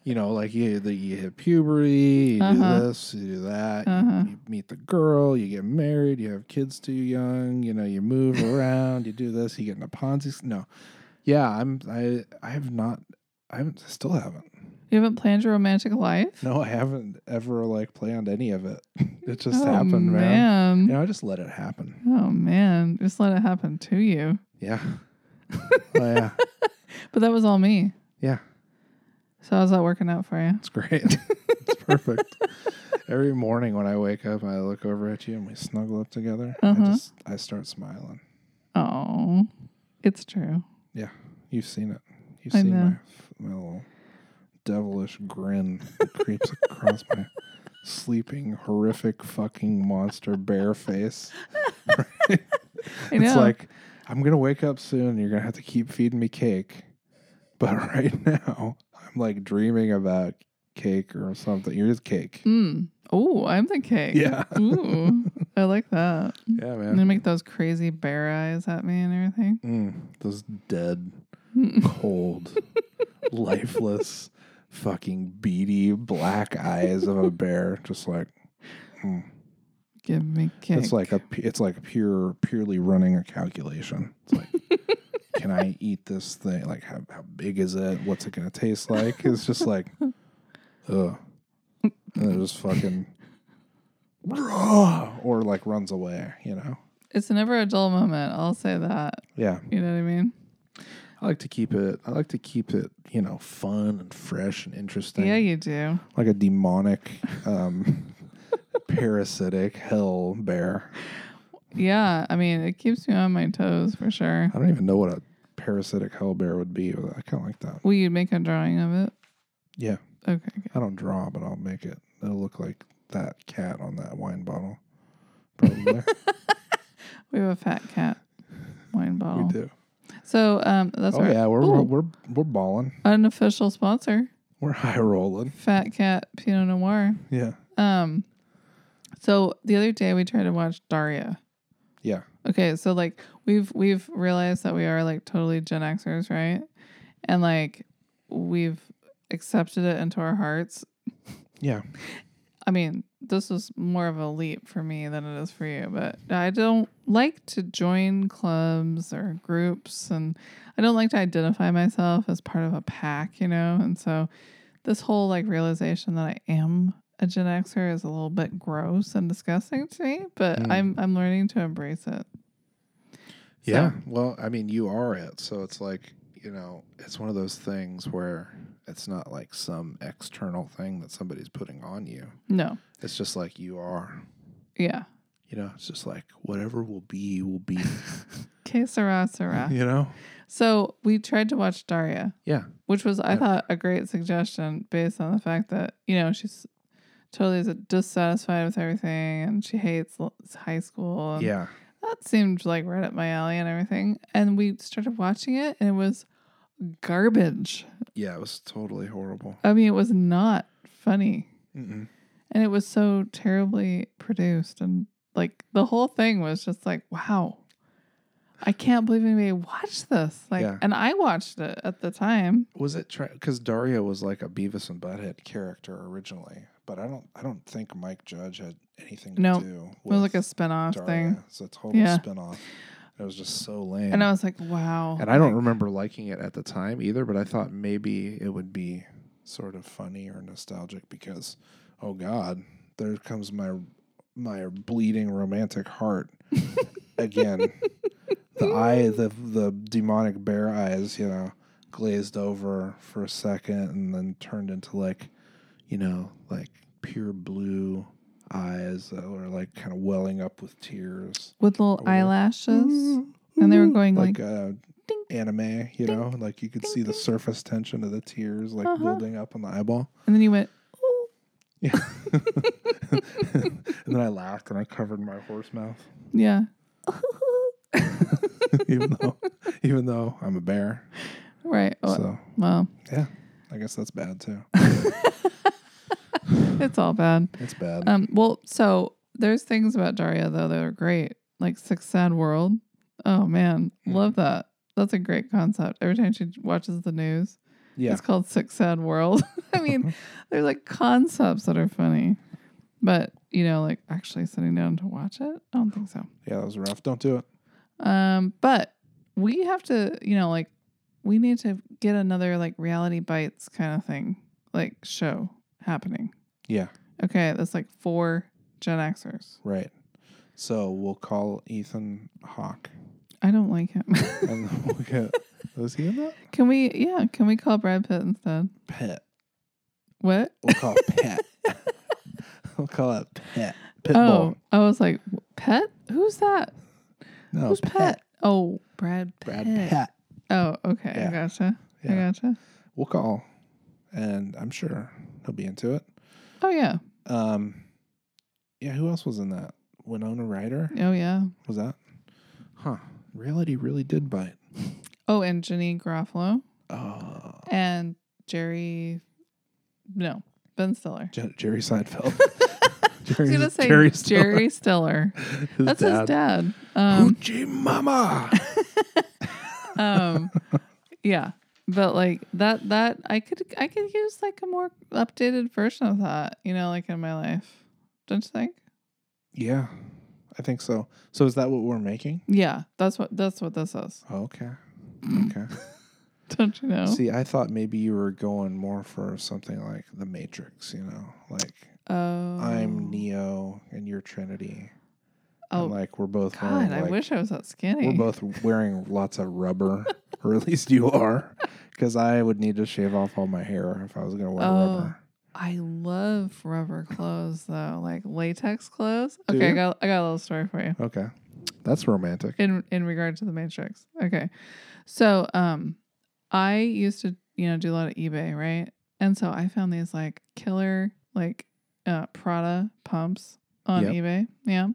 you know, like you that you hit puberty, you
Uh-huh.
do this, you do that, you-
Uh-huh.
you, meet the girl, you get married, you have kids too young, you know, you move around, you do this, you get into Ponzi. s- No, yeah, I'm I I have not, I haven't, still haven't.
You haven't planned your romantic life?
No, I haven't ever like planned any of it. It just
oh,
happened, man.
man.
You know, I just let it happen.
Oh, man. Just let it happen to you.
Yeah. oh yeah,
But that was all me.
yeah.
So how's that working out for you?
It's great. it's perfect. Every morning when I wake up, I look over at you and we snuggle up together. I
Uh-huh.
just I start smiling.
Oh, it's true.
You've seen it. You've
I
seen
know.
my f- my little devilish grin that creeps across my sleeping horrific fucking monster bear face.
I know.
It's like I'm gonna wake up soon. and You're gonna have to keep feeding me cake, but right now I'm like dreaming about cake or something. You're just cake.
mm. oh, I'm the cake.
Yeah.
Ooh, I like that.
Yeah,
And
man.
they make those crazy bear eyes at me and everything.
Mm, those dead,
Mm.
cold, lifeless, fucking beady black eyes of a bear. Just like mm.
Give me cake.
it's like a pu- it's like pure purely running a calculation. It's like, can I eat this thing? Like, how how big is it? What's it gonna taste like? It's just like, ugh. And it just fucking. Or like runs away, you know.
it's never a dull moment. I'll say that.
Yeah,
You know what I mean?
I like to keep it. I like to keep it, you know, fun and fresh and interesting.
Yeah, you do.
like a demonic, um, parasitic hell bear.
Yeah, I mean, it keeps me on my toes for sure.
I don't even know what a parasitic hell bear would be. But I kind of like that.
Will you make a drawing of it?
Yeah,
Okay. good.
I don't draw, but I'll make it. It'll look like that cat on that wine bottle. Probably
We have a fat cat wine
we
bottle.
do.
So um, Oh, that's
Oh
our
yeah, we're
Ooh.
we're we're, we're balling.
unofficial sponsor,
We're high rolling.
Fat Cat Pinot Noir.
Yeah,
Um, so the other day we tried to watch Daria.
yeah.
Okay, so like we've we've realized that we are like totally Gen Xers, right? And like we've accepted it into our hearts.
Yeah.
I mean, this was more of a leap for me than it is for you, but I don't like to join clubs or groups and I don't like to identify myself as part of a pack, you know? And so this whole like realization that I am a Gen Xer is a little bit gross and disgusting to me, but
Mm.
I'm I'm learning to embrace it.
Yeah. Well, I mean, you are it. So it's like, you know, it's one of those things where it's not like some external thing that somebody's putting on you.
No.
It's just like you are.
Yeah.
You know, it's just like whatever will be will be.
Que sera, sera.
you know?
So we tried to watch Daria,
Yeah.
which was, I
Yeah.
thought, a great suggestion based on the fact that, you know, she's totally is dissatisfied with everything and she hates l- high school. And
Yeah.
That seemed like right up my alley and everything. And we started watching it and it was garbage.
Yeah. It was totally horrible.
I mean, it was not funny.
Mm-mm.
And it was so terribly produced. And like the whole thing was just like, wow, I can't believe anybody watched this. Like,
Yeah.
and I watched it at the time.
Was it because Daria was like a Beavis and Butthead character originally, but I don't I don't think Mike Judge had anything to
No.
do
It was like a spin off
Daria.
thing.
It's a total
Yeah.
spinoff. It was just so lame.
And I was like, wow.
And I don't remember liking it at the time either, but I thought maybe it would be sort of funny or nostalgic because, oh God, there comes my my bleeding romantic heart again. the eye, the the demonic bear eyes, you know, glazed over for a second and then turned into like, you know, like pure blue eyes that were like kind of welling up with tears.
with little
Or- Mm-hmm.
eyelashes. And they were going like,
uh,
ding.
anime, you know, like you could
ding,
see the
ding.
surface tension of the tears like
Uh-huh.
building up on the eyeball.
and then you went, "Ooh."
Yeah. and then I laughed and I covered my horse mouth,
yeah.
even though, even though I'm a bear.
Right. Oh,
So
Well,
I guess that's bad too.
it's all bad.
It's bad.
Um, well, so there's things about Daria though that are great, like Six Sad World. Oh man, love that. That's a great concept. Every time she watches the news,
yeah,
it's called Six Sad World. I mean, there's like concepts that are funny, but you know, like actually sitting down to watch it, I don't think so.
yeah, that was rough. Don't do it.
Um, but we have to, you know, like we need to get another like reality bites kind of thing, like show happening.
Yeah,
Okay, that's like four Gen Xers.
right. So we'll call Ethan Hawk,
I don't like him.
and then we'll get. Was he in that?
can we? Yeah, can we call Brad Pitt instead?
Pet.
What?
We'll call it Pet. we'll call it Pet. Pitbull.
oh, I was like, Pet? Who's that?
no,
Who's Pet? Oh, Brad Pitt.
Brad Pet.
Oh, okay, I
Yeah.
gotcha.
Yeah.
I gotcha.
We'll call, and I'm sure he'll be into it.
Oh yeah.
Um, yeah, who else was in that? Winona Ryder
Oh yeah.
was that? Huh. Reality really did bite.
Oh, and Jenny Garofalo
Oh,
and Jerry. No, Ben Stiller.
Jer- Jerry Seinfeld.
I
Jerry,
was gonna say Jerry
Jerry
Stiller.
Stiller. His
That's his dad. Um,
Hoochie Mama.
um, yeah, but like that that I could I could use like a more updated version of that. You know, like in my life, don't you think?
yeah, I think so. So is that what we're making? Oh,
Yeah, that's what that's what this is.
Okay. Okay.
Don't you know?
See, I thought maybe you were going more for something like The Matrix, you know, like
oh,
I'm Neo and you're Trinity.
Oh
and like we're both
God,
wearing,
I
like-
wish I was that skinny.
we're both wearing lots of rubber, or at least you are, because I would need to shave off all my hair if I was going to wear
Oh.
rubber.
I love rubber clothes though, like latex clothes.
Do
Okay, I
you?
got I got a little story for you.
Okay, that's romantic.
in in regard to the matrix okay so um i used to you know do a lot of ebay right and so i found these like killer like uh prada pumps on
Yep.
ebay yeah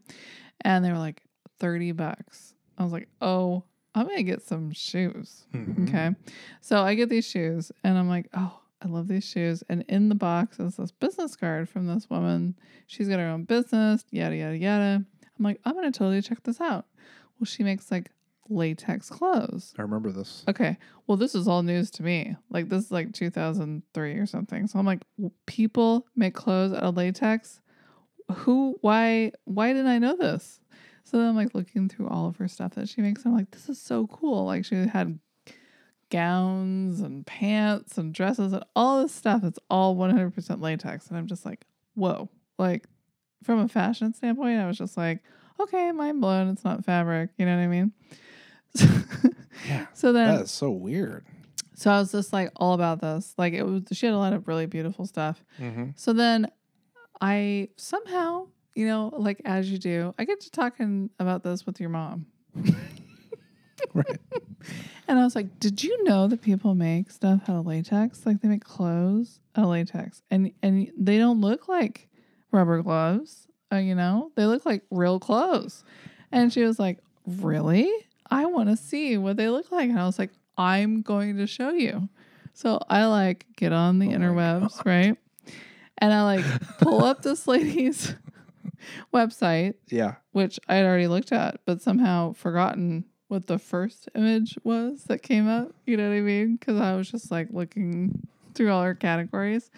and they were like 30 bucks i was like oh i'm gonna get some shoes
Mhm.
okay so i get these shoes and i'm like oh I love these shoes. And in the box is this business card from this woman. She's got her own business, yada, yada, yada. I'm like, I'm going to totally check this out. Well, she makes like latex clothes.
I remember this.
Okay. Well, this is all news to me. Like, this is like 2003 or something. So I'm like, w- people make clothes out of latex. Who, why, why didn't I know this? So then I'm like looking through all of her stuff that she makes. And I'm like, this is so cool. Like, she had gowns and pants and dresses and all this stuff. It's all 100% latex. And I'm just like, whoa. Like, from a fashion standpoint, I was just like, okay, mind blown. It's not fabric. You know what I mean?
Yeah,
so then
that is so weird.
so I was just like all about this. Like it was she had a lot of really beautiful stuff.
Mm-hmm.
So then I somehow, you know, like as you do, I get to talking about this with your mom.
Right.
And I was like, "Did you know that people make stuff out of latex? Like they make clothes out of latex, and and they don't look like rubber gloves. Uh, you know, they look like real clothes." And she was like, "Really? I want to see what they look like." And I was like, "I'm going to show you." So I like get on the
Oh my
interwebs,
God.
right? And I like pull up this lady's website
Yeah.
which I had already looked at, but somehow forgotten what the first image was that came up. You know what I mean? Because I was just like looking through all our categories,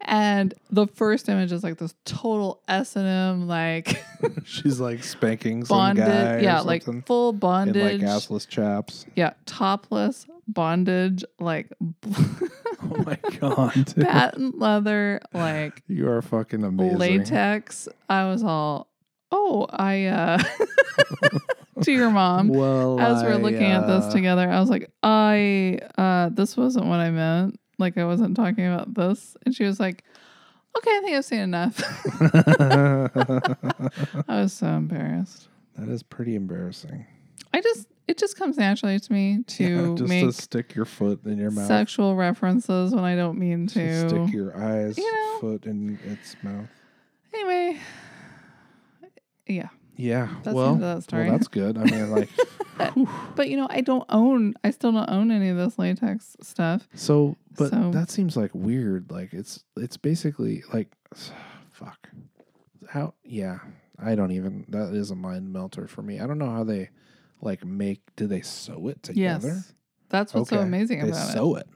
and the first image is like this total S and M like
She's like spanking some
bonded,
guy.
yeah,
or
like
something
full
in like
bondage,
assless chaps.
yeah, topless bondage, like
Oh my god, dude.
patent leather, like
you are fucking amazing.
latex. I was all, oh, I uh, to your mom.
Well,
as we're
I,
looking at this
uh,
together, I was like, I uh this wasn't what I meant. Like I wasn't talking about this. And she was like, okay, I think I've seen enough.
uh, that
I was so embarrassed.
is pretty embarrassing.
I just it just comes naturally to me to
Yeah, just
make
to stick your foot in your mouth.
sexual references when I don't mean
to
to.
stick your eyes,
you know.
foot in its mouth.
anyway, yeah,
Yeah.
That's
well,
the end of that story.
well, that's good. I mean, like, whew.
but you know, I don't own. I still don't own any of this latex stuff.
so, but
So-
that seems like weird. Like, it's it's basically like, fuck. How? Yeah. I don't even. That is a mind melter for me. I don't know how they, like, make. Do they sew it together?
Yes, that's what's so amazing
they
about it.
sew it.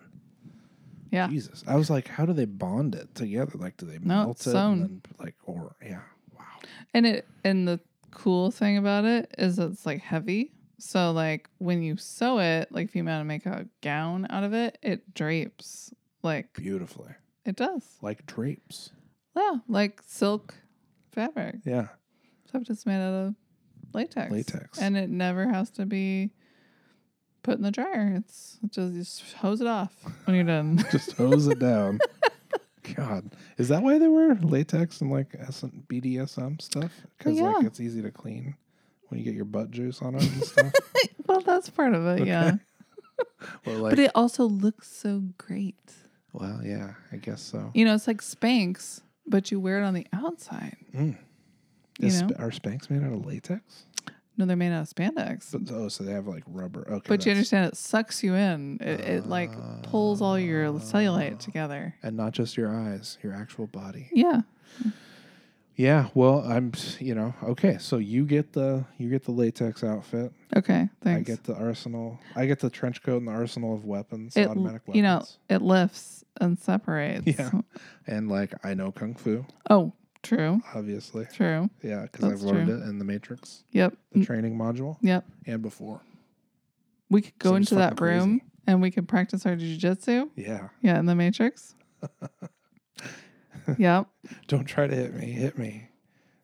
Yeah.
Jesus, I was like, how do they bond it together? Like, do they
No,
melt
it's
it?
sewn.
And then, like, or yeah, wow.
And it and the cool thing about it is it's like heavy. So like when you sew it, like if you want to make a gown out of it, it drapes. Like
beautifully,
it does.
like drapes.
Yeah, like silk fabric.
Yeah,
Except it's made out of latex.
Latex.
And it never has to be put in the dryer. It's it just you just hose it off when you're done.
just hose it down. God, is that why they wear latex and like S- BDSM stuff? Because like
Yeah.
it's easy to clean when you get your butt juice on it and stuff.
well, that's part of it, yeah.
or like,
But it also looks so great.
well, yeah, I guess so.
You know, it's like Spanx, but you wear it on the outside.
Mm.
You
Is
know?
Sp- are Spanx made out of latex?
No, they're made out of spandex. But,
But, oh, so they have like rubber. Okay,
you
that's-
understand it sucks you in. It, it like pulls all your
Ah.
cellulite together.
and not just your eyes, your actual body.
Yeah.
Yeah, well, I'm, you know, okay. So you get the you get the latex outfit.
Okay. Thanks.
I get the arsenal. I get the trench coat and the arsenal of weapons,
it,
automatic weapons.
you know, it lifts and separates.
Yeah. and like I know kung fu,
Oh, true.
obviously.
True.
Yeah, because I've
That's
learned
true.
it in the Matrix,
Yep. Mm,
the training module,
Yep.
and before.
We could go
Seems
into that
fucking crazy.
room and we could practice our jujitsu.
Yeah,
Yeah, in the Matrix. yep.
don't try to hit me. Hit me.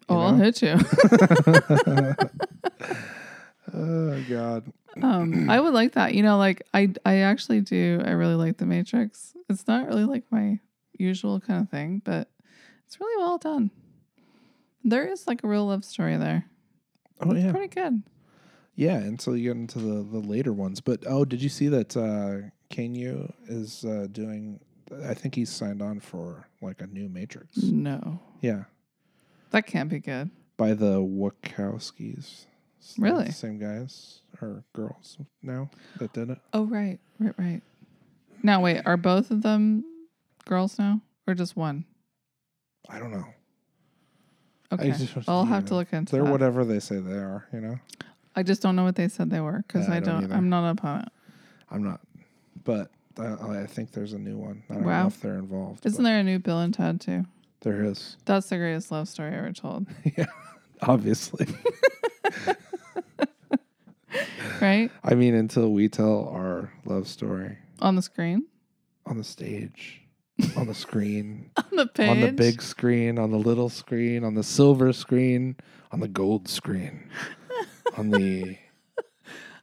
Oh, I'll hit you.
Oh God.
um, I would like that. You know, like I, I actually do. I really like the Matrix. It's not really like my usual kind of thing, but it's really well done. There is like a real love story there.
Oh yeah.
Pretty good.
Yeah, until you get into the the later ones. But oh, did you see that uh Kanyu is uh doing I think he's signed on for like a new Matrix.
No,
Yeah.
that can't be good.
By the Wachowskis. It's the
Really?
Same guys or girls now that did it.
Oh, right, right, right. Now, wait, are both of them girls now, or just one?
I don't know.
Okay,
just-
I'll
you
have to
know,
look into
They're
that.
whatever they say they are, you know?
I just don't know what they said they were because
Yeah, I
I
don't
don't.
either.
I'm not up on it.
I'm not. But I, I think there's a new one. I don't know
Wow.
if they're involved.
Isn't
but
there a new Bill and Ted too?
there is.
That's the greatest love story ever told,
yeah. Obviously.
right?
I mean until we tell our love story.
On the screen,
on the stage, on the screen,
on the page,
on the big screen, on the little screen, on the silver screen, on the gold screen, on the
Oh.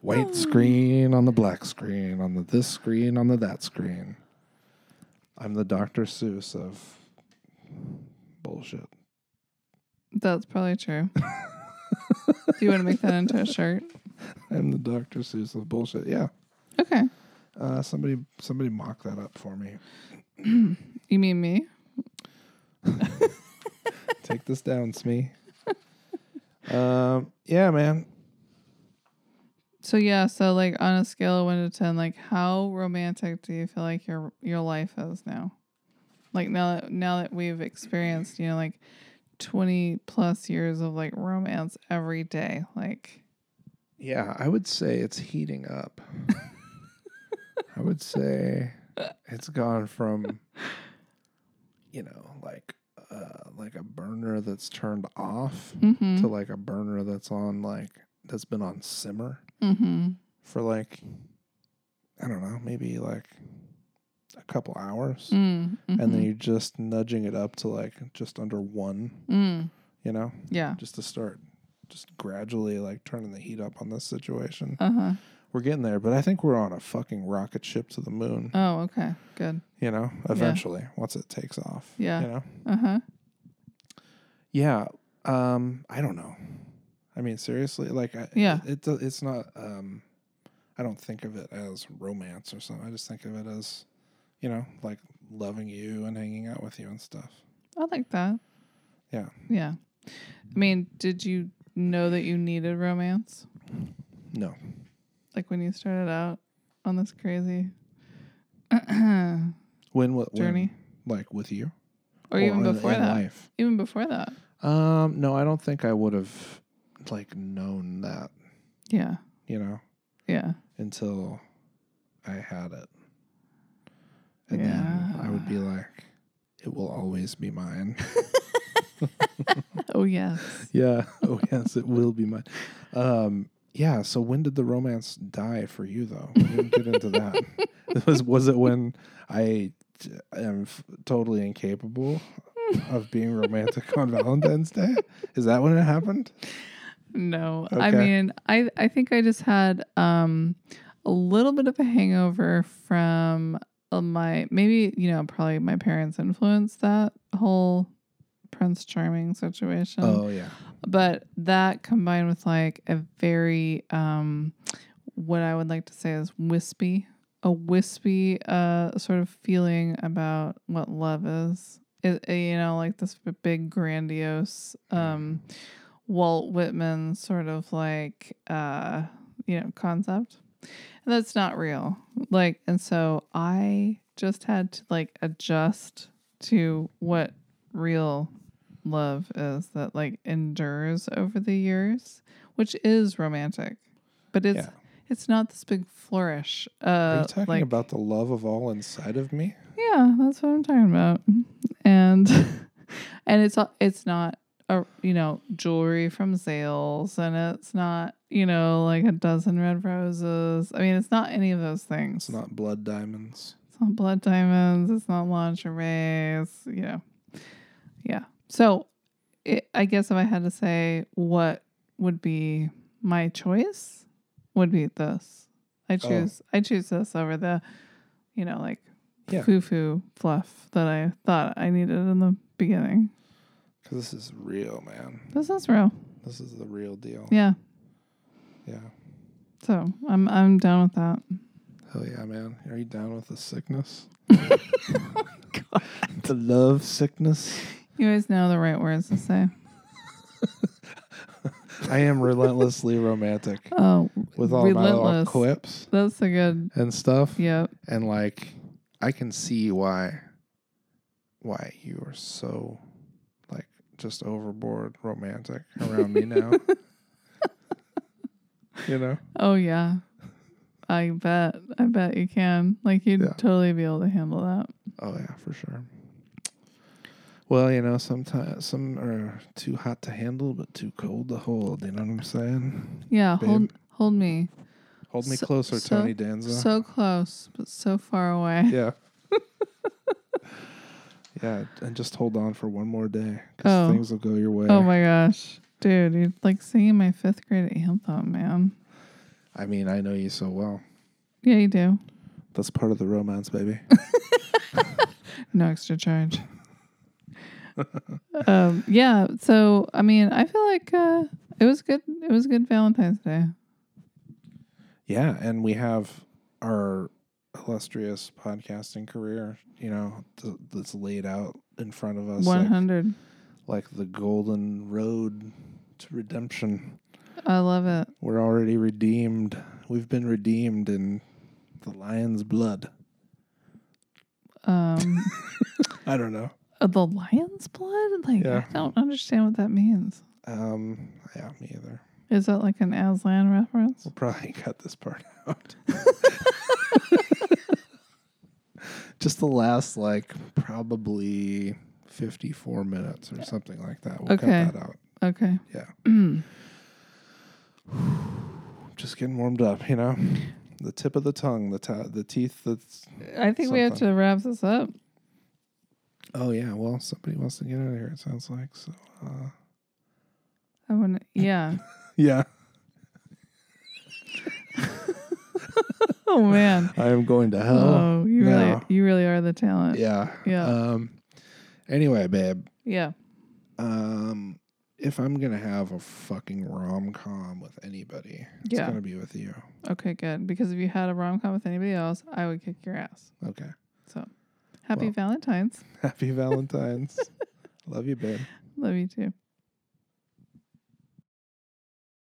white screen, on the black screen, on the this screen, on the that screen. I'm the Dr. Seuss of bullshit.
That's probably true. Do you want to make that into a shirt?
I'm the Dr. Seuss of bullshit. Yeah.
Okay,
Uh, somebody somebody mock that up for me.
you mean me?
Take this down, Smee. um, yeah, man.
So yeah, so like on a scale of one to ten, like how romantic do you feel like your your life is now? Like now that now that we've experienced, you know, like twenty plus years of like romance every day, like
Yeah, I would say it's heating up. I would say it's gone from, you know, like uh, like a burner that's turned off
mm-hmm,
to like a burner that's on like that's been on simmer
mm-hmm.
for like I don't know, maybe like a couple hours,
Mm,
and then
mhm,
you're just nudging it up to like just under one,
mm,
you know,
yeah,
just to start just gradually like turning the heat up on this situation
uh huh,
we're getting there, but I think we're on a fucking rocket ship to the moon.
Oh, okay. Good.
you know, eventually once it takes off.
Yeah.
You know.
Uh huh.
Yeah. Um. I don't know. I mean, seriously, like, I,
Yeah.
It, it it's not. Um. I don't think of it as romance or something. I just think of it as, you know, like loving you and hanging out with you and stuff.
I like that.
Yeah.
Yeah. I mean, did you know that you needed romance?
No.
Like when you started out on this crazy
When what
journey?
like with you
Or, even
in-
before
in
that?
life.
Even before that.
Um. No, I don't think I would have like known that.
Yeah.
You know.
Yeah.
until I had it. And then I would be like, it will always be mine.
Oh, yes.
yeah. Oh, yes, it will be mine. Um, yeah. So when did the romance die for you, though? We didn't get into that. It was, was it when I t- am f- totally incapable of being romantic on Valentine's Day? Is that when it happened?
No. I
Okay.
mean, I, I think I just had um, a little bit of a hangover from uh, my, maybe, you know, probably my parents influenced that whole Prince Charming situation.
oh, yeah.
but that combined with like a very um what i would like to say is wispy a wispy uh sort of feeling about what love is it, it, you know like this big grandiose um walt whitman sort of like uh you know concept and that's not real like and so i just had to like adjust to what real love is that like endures over the years, which is romantic, but it's
Yeah.
it's not this big flourish. Uh,
Are you talking
like-
about the love of all inside of me?
Yeah, that's what I'm talking about, and and it's all- it's not a you know jewelry from Zales, and it's not you know like a dozen red roses. I mean, it's not any of those things.
It's not blood diamonds.
It's not blood diamonds. It's not lingerie. It's, you know, yeah. So, it, I guess if I had to say what would be my choice, would be this. I
Oh.
choose. I choose this over the, you know, like
Yeah.
foo foo fluff that I thought I needed in the beginning.
Because this is real, man.
This is real.
This is the real deal.
Yeah.
Yeah.
So I'm I'm down with that.
Hell yeah, man. Are you down with the sickness? The love sickness.
You guys know the right words to say.
I am relentlessly romantic
Oh,
with all my little
Relentless.
quips
that's a good.
and stuff.
Yep.
And like, I can see why, why you are so, like, just overboard romantic around me now. you know?
Oh yeah. I bet. I bet you can. Like you'd
Yeah.
totally be able to handle that.
Oh yeah, for sure. Well, you know, sometimes some are too hot to handle, but too cold to hold. You know what I'm saying?
Yeah,
Babe.
hold hold me.
Hold me
So-
closer,
so-
Tony Danza.
So close, but so far away.
yeah. yeah, and just hold on for one more day because
Oh.
things will go your way.
Oh my gosh. Dude, you're like singing my fifth grade anthem, man.
I mean, I know you so well.
Yeah, you do.
That's part of the romance, baby.
No extra charge. um, yeah, so I mean I feel like uh it was good it was good Valentine's Day.
yeah, and we have our illustrious podcasting career, you know, th- that's laid out in front of us.
One
like-
hundred.
like the golden road to redemption.
I love it.
We're already redeemed. We've been redeemed in the lion's blood.
Um
I don't know.
Uh, the lion's blood? Like,
Yeah.
I don't understand what that means.
Um, yeah, me either.
Is that like an Aslan reference?
We'll probably cut this part out. Just the last like probably fifty-four minutes or something like that. We'll
Okay.
cut that out.
Okay.
Just getting warmed up, you know. The tip of the tongue, the ta- the teeth. That's
I think we have
Something.
to wrap this up.
oh yeah. Well, somebody wants to get out of here. It sounds like so. Uh,
I want to, yeah.
Yeah.
Oh man.
I am going to hell.
Oh, you really,
No.
you really are the talent.
Yeah.
Oh, Yeah.
Um. Anyway, babe.
Yeah.
Um. If I'm gonna have a fucking rom com with anybody, it's
Yeah.
gonna be with you.
Okay, good. Because if you had a rom com with anybody else, I would kick your ass.
Okay.
So, happy
Well.
Valentine's.
Happy Valentine's. Love you, babe.
Love you too.